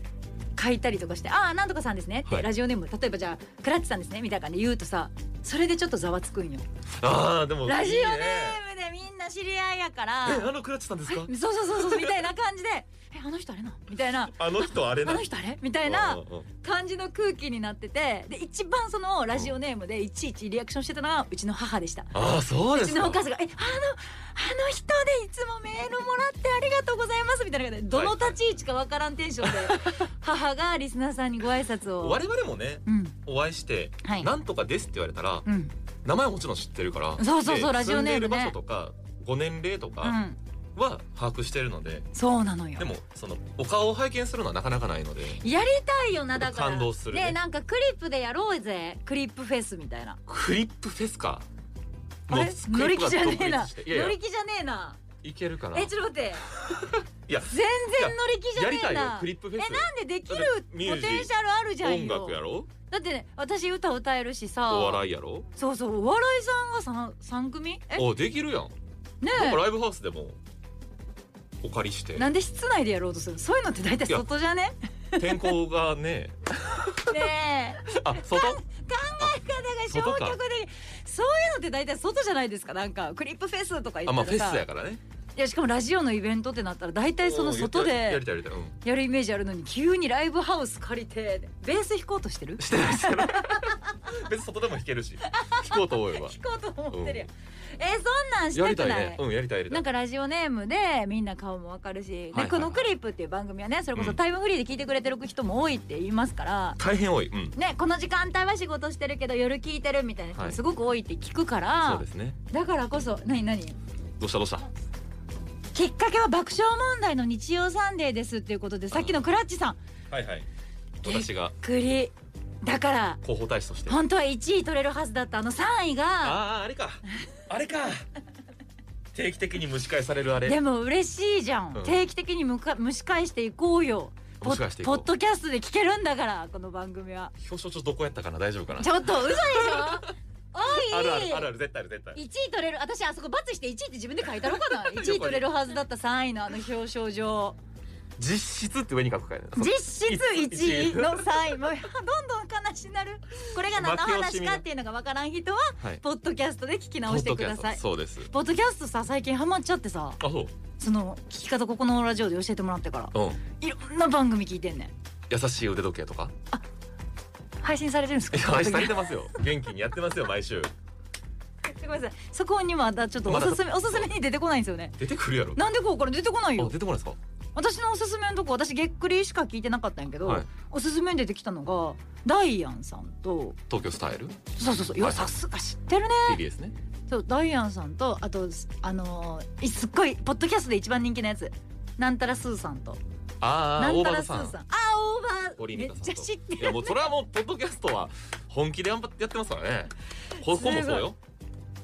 [SPEAKER 2] 書いたりとかして「ああなんとかさんですね」って、
[SPEAKER 3] はい
[SPEAKER 2] ラジオネーム例えばじゃあ「クラッチさんですね」みたいな感じで言うとさそれでちょっとざわつくんよ。
[SPEAKER 3] ああでも
[SPEAKER 2] ラジオ
[SPEAKER 3] いい
[SPEAKER 2] ネ
[SPEAKER 3] ね
[SPEAKER 2] ームでみんな知り合いやから
[SPEAKER 3] えあのクラッチさんですか
[SPEAKER 2] そうそうそうそうみたいな感じで 「えあの人あれな」みたいな
[SPEAKER 3] あの人あ
[SPEAKER 2] 「
[SPEAKER 3] れ
[SPEAKER 2] あ
[SPEAKER 3] な
[SPEAKER 2] の人あれ?」みたいな感じの空気になっててで一番そのラジオネームでいちいちリアクションしてたのはうちの母でした。
[SPEAKER 3] ああそうで
[SPEAKER 2] うち
[SPEAKER 3] すか
[SPEAKER 2] のお母さんが「えあのあの人でいつもメールもらってありがとうございます」みたいな感じでどの立ち位置かわからんテンショ ンで母がリスナーさんにご挨拶を。
[SPEAKER 3] 我々もね
[SPEAKER 2] うん
[SPEAKER 3] お会いして
[SPEAKER 2] はい
[SPEAKER 3] なんとかですって言われたら
[SPEAKER 2] うん
[SPEAKER 3] 名前はもちろん知ってるから
[SPEAKER 2] そうそうそう
[SPEAKER 3] で
[SPEAKER 2] ラジオネームね
[SPEAKER 3] 住んでいる場所とかご年齢と
[SPEAKER 2] う
[SPEAKER 3] か
[SPEAKER 2] ん、
[SPEAKER 3] は把握してるので
[SPEAKER 2] そうなのよ
[SPEAKER 3] でもそのお顔を拝見するのはなかなかないので
[SPEAKER 2] やりたいよなだから
[SPEAKER 3] 感動するね
[SPEAKER 2] ねえなんかクリップでやろうぜクリップフェスみたいな
[SPEAKER 3] クリップフェスか
[SPEAKER 2] あれ
[SPEAKER 3] ス
[SPEAKER 2] 乗り気じゃねえな
[SPEAKER 3] していや
[SPEAKER 2] 乗
[SPEAKER 3] いや
[SPEAKER 2] り気じゃねえない
[SPEAKER 3] けるかな
[SPEAKER 2] えちょっと待って
[SPEAKER 3] いや
[SPEAKER 2] 全然乗り気じゃ
[SPEAKER 3] や
[SPEAKER 2] ね
[SPEAKER 3] りた
[SPEAKER 2] え
[SPEAKER 3] いよ
[SPEAKER 2] な
[SPEAKER 3] クリップフェ
[SPEAKER 2] えなんでできる
[SPEAKER 3] だっ
[SPEAKER 2] ポ
[SPEAKER 3] てミ
[SPEAKER 2] テ
[SPEAKER 3] ュー
[SPEAKER 2] ン
[SPEAKER 3] ジ
[SPEAKER 2] スシャルあるじ
[SPEAKER 3] ス
[SPEAKER 2] ゃん
[SPEAKER 3] 音
[SPEAKER 2] よ
[SPEAKER 3] 楽やろ
[SPEAKER 2] だってね私歌歌えるしさ
[SPEAKER 3] お笑いやろ
[SPEAKER 2] そうそうお笑いさんが 3, 3組え
[SPEAKER 3] おできるやん
[SPEAKER 2] ね
[SPEAKER 3] なんかライブハウスでもお借りして
[SPEAKER 2] えなんで室内でやろうとするのそういうのって大体外じゃね
[SPEAKER 3] 天候がね
[SPEAKER 2] ねえ
[SPEAKER 3] あ外
[SPEAKER 2] だから消極的そういうのって大体外じゃないですかなんかクリップフェスとか言
[SPEAKER 3] あ
[SPEAKER 2] っ
[SPEAKER 3] まあ
[SPEAKER 2] た
[SPEAKER 3] フェ
[SPEAKER 2] ら
[SPEAKER 3] ス
[SPEAKER 2] さ、
[SPEAKER 3] やからね
[SPEAKER 2] いやしかもラジオのイベントってなったら大体その外
[SPEAKER 3] おーや
[SPEAKER 2] で
[SPEAKER 3] りたいやりたいやりたいうん
[SPEAKER 2] やるイメージあるのに急にライブハウス借りてベース弾こうとしてる
[SPEAKER 3] してないし てない別に外でも弾けるし弾こうと 思えば
[SPEAKER 2] 弾こうと思ってるやん、えそんなんし
[SPEAKER 3] や
[SPEAKER 2] た
[SPEAKER 3] りた
[SPEAKER 2] く
[SPEAKER 3] い
[SPEAKER 2] ない
[SPEAKER 3] ねうんやりたいやりた
[SPEAKER 2] ないんかラジオネームでみんな顔もわかるし、
[SPEAKER 3] はいはい
[SPEAKER 2] でこの「クリップ」っていう番組はねそれこ
[SPEAKER 3] う
[SPEAKER 2] そ
[SPEAKER 3] ん
[SPEAKER 2] タイムフリーで聞いてくれてる人も多いって言いますから、
[SPEAKER 3] 大変多いうん
[SPEAKER 2] ね、この時間帯は仕事してるけど夜聞いてるみたいな人
[SPEAKER 3] は
[SPEAKER 2] も
[SPEAKER 3] い
[SPEAKER 2] すごく多いって聞くから、
[SPEAKER 3] そうですね
[SPEAKER 2] だからこそ何何
[SPEAKER 3] どうしたどうした
[SPEAKER 2] きっかけは爆笑問題の日曜サンデーですっていうことでさっきのクラッチさん
[SPEAKER 3] はいはい私が
[SPEAKER 2] クリだから
[SPEAKER 3] 広報大使として
[SPEAKER 2] 本当は1位取れるはずだったあの3位が
[SPEAKER 3] ああ あれかあれか定期的に蒸し返されるあれ
[SPEAKER 2] でも嬉しいじゃん、
[SPEAKER 3] うん
[SPEAKER 2] 定期的にむか蒸し返していこうよポ
[SPEAKER 3] 蒸し返して
[SPEAKER 2] ッ
[SPEAKER 3] い
[SPEAKER 2] ポ
[SPEAKER 3] こう
[SPEAKER 2] ッドキャストで聞けるんだからこの番組は
[SPEAKER 3] 表彰ちょっとどこやったかな大丈夫かな
[SPEAKER 2] ちょっと嘘 でしょおい
[SPEAKER 3] あるあるあるある絶対ある絶対ある
[SPEAKER 2] 1位取れる私あそこバツして1位って自分で書いたろう かな1位取れるはずだった3位のあの表彰状
[SPEAKER 3] 実質って上に書くからね
[SPEAKER 2] 実質1位の3位もうどんどん悲しなるこれが何の
[SPEAKER 3] 負け惜し
[SPEAKER 2] 話
[SPEAKER 3] みだ
[SPEAKER 2] かっていうのがわからん人は
[SPEAKER 3] はい
[SPEAKER 2] ポッドキャストで聞き直してください
[SPEAKER 3] そうです
[SPEAKER 2] ポッドキャストさ最近ハマっちゃってさ
[SPEAKER 3] あそう
[SPEAKER 2] その聞き方ここのラジオで教えてもらってから
[SPEAKER 3] うん
[SPEAKER 2] いろんな番組聞いてんねん
[SPEAKER 3] 優しい腕時計とか
[SPEAKER 2] 配信されてるんですか
[SPEAKER 3] いや愛されてますよ元気にやってますよ毎週
[SPEAKER 2] ごめんなさいそこにまたちょっとおすすめおすすめに出てこないんですよね
[SPEAKER 3] 出てくるやろ
[SPEAKER 2] なんでこうこれ出てこない
[SPEAKER 3] あ
[SPEAKER 2] よ
[SPEAKER 3] 出てこないですか
[SPEAKER 2] 私のおすすめのとこ私げっくりしか聞いてなかったんやけど、
[SPEAKER 3] はい
[SPEAKER 2] おすすめに出てきたのがダイアンさんと
[SPEAKER 3] 東京スタイル
[SPEAKER 2] そうそうそういや
[SPEAKER 3] はい
[SPEAKER 2] さすが知ってるね
[SPEAKER 3] TBS ね
[SPEAKER 2] そうダイアンさんとあとあのーいすっごいポッドキャストで一番人気のやつなんたらスーさんと
[SPEAKER 3] あ
[SPEAKER 2] な
[SPEAKER 3] あ
[SPEAKER 2] ん
[SPEAKER 3] 大
[SPEAKER 2] たら
[SPEAKER 3] 場
[SPEAKER 2] スーさ
[SPEAKER 3] さ
[SPEAKER 2] ん
[SPEAKER 3] ん
[SPEAKER 2] ああオ
[SPEAKER 3] 堀
[SPEAKER 2] ー
[SPEAKER 3] 井
[SPEAKER 2] バ
[SPEAKER 3] 美
[SPEAKER 2] ーめっ
[SPEAKER 3] 香さんと
[SPEAKER 2] ちゃ知って
[SPEAKER 3] いや
[SPEAKER 2] る
[SPEAKER 3] もうそれはもうポッドキャストは本気でやんばやってますからね放送もそうよ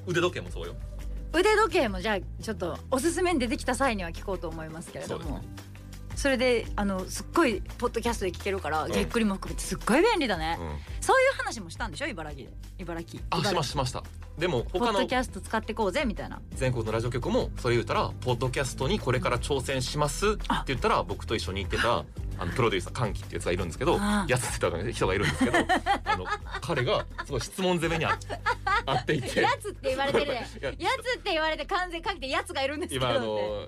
[SPEAKER 3] 腕時計もそうよ
[SPEAKER 2] 腕時計もじゃあちょっとおすすめに出てきた際には聞こうと思いますけれども
[SPEAKER 3] そう
[SPEAKER 2] そ,、
[SPEAKER 3] です
[SPEAKER 2] れであのすっごいポッドキャストで聞けるから、
[SPEAKER 3] うん
[SPEAKER 2] げっくりも含めてすっごい便利だね、
[SPEAKER 3] うん
[SPEAKER 2] そういう話もしたんでしょ茨城で茨城
[SPEAKER 3] あし
[SPEAKER 2] 茨城
[SPEAKER 3] ましたしましたでも
[SPEAKER 2] ポ
[SPEAKER 3] 他
[SPEAKER 2] ッ
[SPEAKER 3] の
[SPEAKER 2] ドキャスト使ってこうぜみたいな
[SPEAKER 3] 全国のラジオ局もそれ言ったら「ポッドキャストにこれから挑戦します」って言ったら僕と一緒に行って たあのプロデューサー歓喜ってやつがいるんですけど
[SPEAKER 2] あー
[SPEAKER 3] やつってた人がいるんです けどあの彼がすごい質問攻めにああっていて
[SPEAKER 2] やつって言われ てるね
[SPEAKER 3] いや
[SPEAKER 2] やつって言われて完全かけてやつがいるんですけど
[SPEAKER 3] 今あ
[SPEAKER 2] って
[SPEAKER 3] の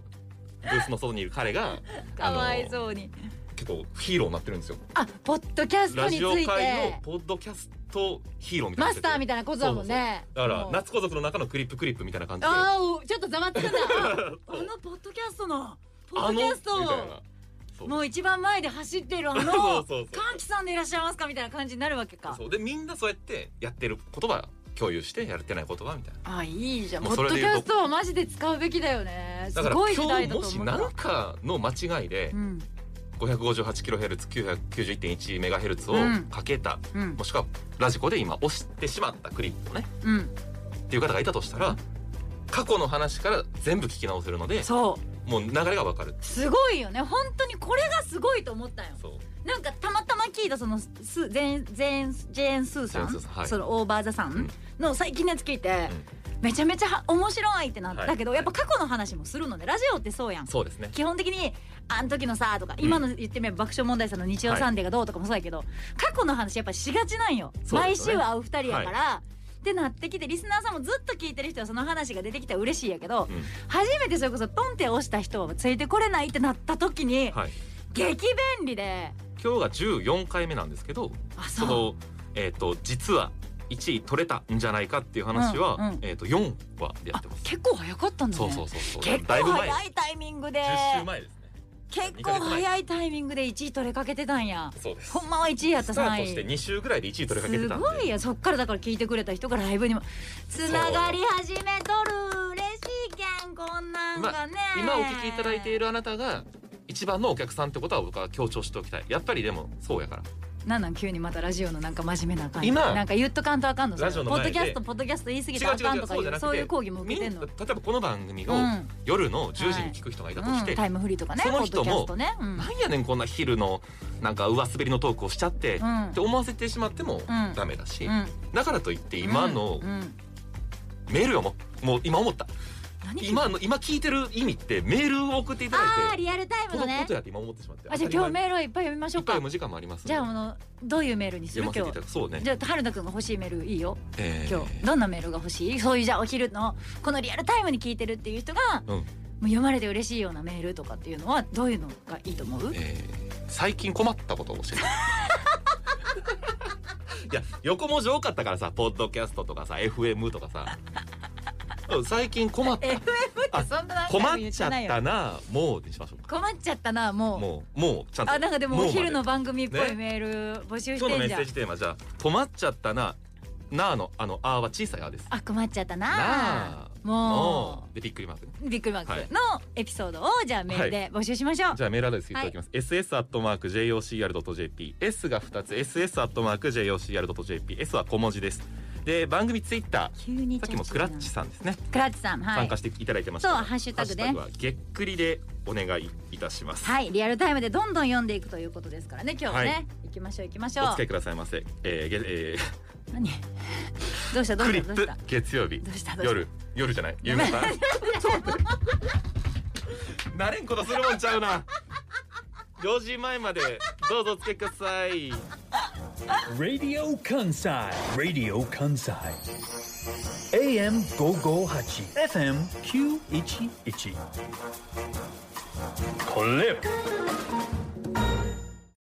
[SPEAKER 3] ブースの外にいる彼が
[SPEAKER 2] かわい
[SPEAKER 3] あの
[SPEAKER 2] そうに
[SPEAKER 3] 結構ヒーローになってるんですよ
[SPEAKER 2] あポッドキャスト
[SPEAKER 3] ラ
[SPEAKER 2] につ
[SPEAKER 3] ジオ
[SPEAKER 2] い
[SPEAKER 3] 界の
[SPEAKER 2] て
[SPEAKER 3] ポッドキャストヒーローみた
[SPEAKER 2] マ
[SPEAKER 3] いにな
[SPEAKER 2] スターみ
[SPEAKER 3] たい
[SPEAKER 2] たいなことだもんね
[SPEAKER 3] だか
[SPEAKER 2] も
[SPEAKER 3] ら
[SPEAKER 2] う
[SPEAKER 3] 夏子族の中のクリップクリップみたいな感じで
[SPEAKER 2] ああちょっとざわつく んだあのポッドキャストのポッドキャス
[SPEAKER 3] みたい
[SPEAKER 2] ト
[SPEAKER 3] なそう
[SPEAKER 2] もう一番前で走ってるあの
[SPEAKER 3] そうそうそう
[SPEAKER 2] 歓喜さんでいらっしゃいますかみたいな感じになるわけか
[SPEAKER 3] そうでみんなそうやってやってることは共有してやってないことはみたいな
[SPEAKER 2] あいいじゃんポ
[SPEAKER 3] もう
[SPEAKER 2] ッ
[SPEAKER 3] そ
[SPEAKER 2] ドキ
[SPEAKER 3] れで言
[SPEAKER 2] ャ
[SPEAKER 3] う
[SPEAKER 2] ス
[SPEAKER 3] と
[SPEAKER 2] トはマジで使うべきだよねす
[SPEAKER 3] だから
[SPEAKER 2] ごい時
[SPEAKER 3] 今
[SPEAKER 2] 代
[SPEAKER 3] 日
[SPEAKER 2] だと
[SPEAKER 3] も
[SPEAKER 2] 思
[SPEAKER 3] し
[SPEAKER 2] う
[SPEAKER 3] 何かの間違いで
[SPEAKER 2] うんう
[SPEAKER 3] 558kHz991MHz
[SPEAKER 2] ん
[SPEAKER 3] をかけた、
[SPEAKER 2] うん
[SPEAKER 3] もしくはラジコで今押してしまったクリップをね
[SPEAKER 2] うん
[SPEAKER 3] っていう方がいたとしたら過去の話から全部聞き直せるので
[SPEAKER 2] そ
[SPEAKER 3] もう流れがわかる
[SPEAKER 2] うすごいよね本当にこれがすごいと思ったよ
[SPEAKER 3] そう
[SPEAKER 2] なんかたまたま聞いたそのスゼンゼンジェーンスーさん
[SPEAKER 3] ジェーンスーさんはい
[SPEAKER 2] そのオーバーザさんの最近のやつ聞いて、めちゃめちゃは面白いってなったけど、
[SPEAKER 3] はい
[SPEAKER 2] やっぱ過去の話もするのねラジオってそうやん
[SPEAKER 3] そうですね
[SPEAKER 2] 基本的に「あの時のさ」とか今の言ってみれば爆笑問題さんの「日曜サンデー」がどうとかもそうやけど、過去の話やっぱしがちなんよ、
[SPEAKER 3] そうで
[SPEAKER 2] 毎
[SPEAKER 3] すね
[SPEAKER 2] 週会う2人やから。ってなってきてリスナーさんもずっと聞いてる人はその話が出てきたら嬉しいやけど、
[SPEAKER 3] うん
[SPEAKER 2] 初めてそれこそトンって押した人はついてこれないってなった時に、
[SPEAKER 3] はい
[SPEAKER 2] 激便利で
[SPEAKER 3] 今日が14回目なんですけど
[SPEAKER 2] あそ
[SPEAKER 3] そ
[SPEAKER 2] う
[SPEAKER 3] のえっ、と実は1位取れたんじゃないかっていう話は、
[SPEAKER 2] うんうん
[SPEAKER 3] えっ、と4話で
[SPEAKER 2] あ
[SPEAKER 3] やってます
[SPEAKER 2] 結構早かったんだね
[SPEAKER 3] そうそうそうそう
[SPEAKER 2] 結構
[SPEAKER 3] だいぶ前
[SPEAKER 2] 早いタイミングで
[SPEAKER 3] 10週前ですね
[SPEAKER 2] 結構早いタイミングで1位取れかけてたんや
[SPEAKER 3] そうです
[SPEAKER 2] ほんまは1位やった
[SPEAKER 3] スタ
[SPEAKER 2] 3
[SPEAKER 3] ート
[SPEAKER 2] 位
[SPEAKER 3] して2週ぐらいで1位取りかけて
[SPEAKER 2] す
[SPEAKER 3] たん
[SPEAKER 2] ご
[SPEAKER 3] で
[SPEAKER 2] いやそっからだから聞いてくれた人がライブにもつながり始めとる嬉しいけんこんなんがね、
[SPEAKER 3] 今お聞きいただいてい
[SPEAKER 2] る
[SPEAKER 3] るあなたが一番のお客さんってことは僕は強調しておきたいやっぱりでもそうやから
[SPEAKER 2] なんなん急にまたラジオのなんか真面目な感じ
[SPEAKER 3] 今
[SPEAKER 2] なんか言っとかんとあかんのそれ
[SPEAKER 3] ラジオの
[SPEAKER 2] ポッ
[SPEAKER 3] 前
[SPEAKER 2] ド
[SPEAKER 3] で
[SPEAKER 2] キャストポッドキャスト言い過ぎたらあかんとかいうそういう講義も受けてんの
[SPEAKER 3] みんな例えばこの番組を
[SPEAKER 2] うん
[SPEAKER 3] 夜の10時に聞く人がいたとして、
[SPEAKER 2] うんタイムフリーとかね
[SPEAKER 3] その人
[SPEAKER 2] ポ
[SPEAKER 3] も
[SPEAKER 2] ッドキャストね、うん
[SPEAKER 3] なんやねんこんな昼のなんか上滑りのトークをしちゃって、
[SPEAKER 2] うん
[SPEAKER 3] って思わせてしまっても
[SPEAKER 2] ん
[SPEAKER 3] ダメだし、
[SPEAKER 2] うん
[SPEAKER 3] だからといって今の
[SPEAKER 2] うんうん
[SPEAKER 3] メールよもうもう今思った
[SPEAKER 2] 何
[SPEAKER 3] 今の今聞いてる意味ってメールを送っていただ
[SPEAKER 2] あー
[SPEAKER 3] いて
[SPEAKER 2] リアルタイムの
[SPEAKER 3] 届
[SPEAKER 2] ね
[SPEAKER 3] くことやって今思ってしまって
[SPEAKER 2] あじゃあ今日
[SPEAKER 3] ー
[SPEAKER 2] メールをいっぱい読みましょう
[SPEAKER 3] いっぱい
[SPEAKER 2] か
[SPEAKER 3] 読む時間もありますんで
[SPEAKER 2] じゃああのどういうメールにする
[SPEAKER 3] 読
[SPEAKER 2] 今日
[SPEAKER 3] ませていただくそうね
[SPEAKER 2] じゃあ春菜くんが欲しいメールいいよ
[SPEAKER 3] えー
[SPEAKER 2] 今日どんなメールが欲しいそういうじゃあお昼のこのリアルタイムに聞いてるっていう人がも
[SPEAKER 3] うん
[SPEAKER 2] う読まれて嬉しいようなメールとかっていうのはどういうのがいいと思う
[SPEAKER 3] えー最近困ったことを教えて いや横文字多かったからさポッドキャストとかさ FM とかさうん最近困 ったあ
[SPEAKER 2] そんな何
[SPEAKER 3] 困
[SPEAKER 2] 回も言っ
[SPEAKER 3] っち
[SPEAKER 2] て
[SPEAKER 3] ゃっ
[SPEAKER 2] ないよ
[SPEAKER 3] たなもうにしましょうか
[SPEAKER 2] 困っちゃったなもう
[SPEAKER 3] もうもうちゃんと
[SPEAKER 2] あなんかでもお昼の
[SPEAKER 3] もうま
[SPEAKER 2] 番組っぽい
[SPEAKER 3] ね
[SPEAKER 2] メール募集
[SPEAKER 3] で
[SPEAKER 2] し
[SPEAKER 3] 今日の
[SPEAKER 2] て
[SPEAKER 3] メ
[SPEAKER 2] んじ
[SPEAKER 3] ッセ
[SPEAKER 2] ゃん
[SPEAKER 3] ージテーマじゃあ困っちゃったななあのあのあは小さいあです
[SPEAKER 2] あ困っちゃった
[SPEAKER 3] な
[SPEAKER 2] な
[SPEAKER 3] あ
[SPEAKER 2] も
[SPEAKER 3] うでびっくりマークね
[SPEAKER 2] うビッグマ
[SPEAKER 3] は
[SPEAKER 2] ッ
[SPEAKER 3] い
[SPEAKER 2] クのエピソードをじゃあメールで募集しましょう
[SPEAKER 3] じゃあメールアドレス言っておきます。ss アットマーク jocr ドット jp。s が二つ。ss アットマーク jocr ドット jp。s は小文字です。で番組ツイッター。
[SPEAKER 2] 急に
[SPEAKER 3] さっきもクラッチさんですね。
[SPEAKER 2] クラッチさんは
[SPEAKER 3] 参
[SPEAKER 2] い
[SPEAKER 3] 加していただいてましたが。
[SPEAKER 2] そうハッシュタグね
[SPEAKER 3] ハッシュタグはげっくりでお願いいたします。
[SPEAKER 2] はいリアルタイムでどんどん読んでいくということですからね今日はね、
[SPEAKER 3] はい
[SPEAKER 2] 行きましょう行きましょ
[SPEAKER 3] お付き合いうくださいませ。えーげえ
[SPEAKER 2] 何 どうした
[SPEAKER 3] ー
[SPEAKER 2] どう
[SPEAKER 3] ク
[SPEAKER 2] し
[SPEAKER 3] リ
[SPEAKER 2] たど
[SPEAKER 3] ッ
[SPEAKER 2] うし
[SPEAKER 3] プ
[SPEAKER 2] た
[SPEAKER 3] 月曜日
[SPEAKER 2] どうしたどうした
[SPEAKER 3] 夜 夜じゃない夕 方。ちょっと待ってなれんことするもんちゃう な。4時前までどうぞお付けください。
[SPEAKER 1] Radio Kansai. Radio Kansai. AM Gogo Hachi. FM E Q Ichi Ichi. Clip.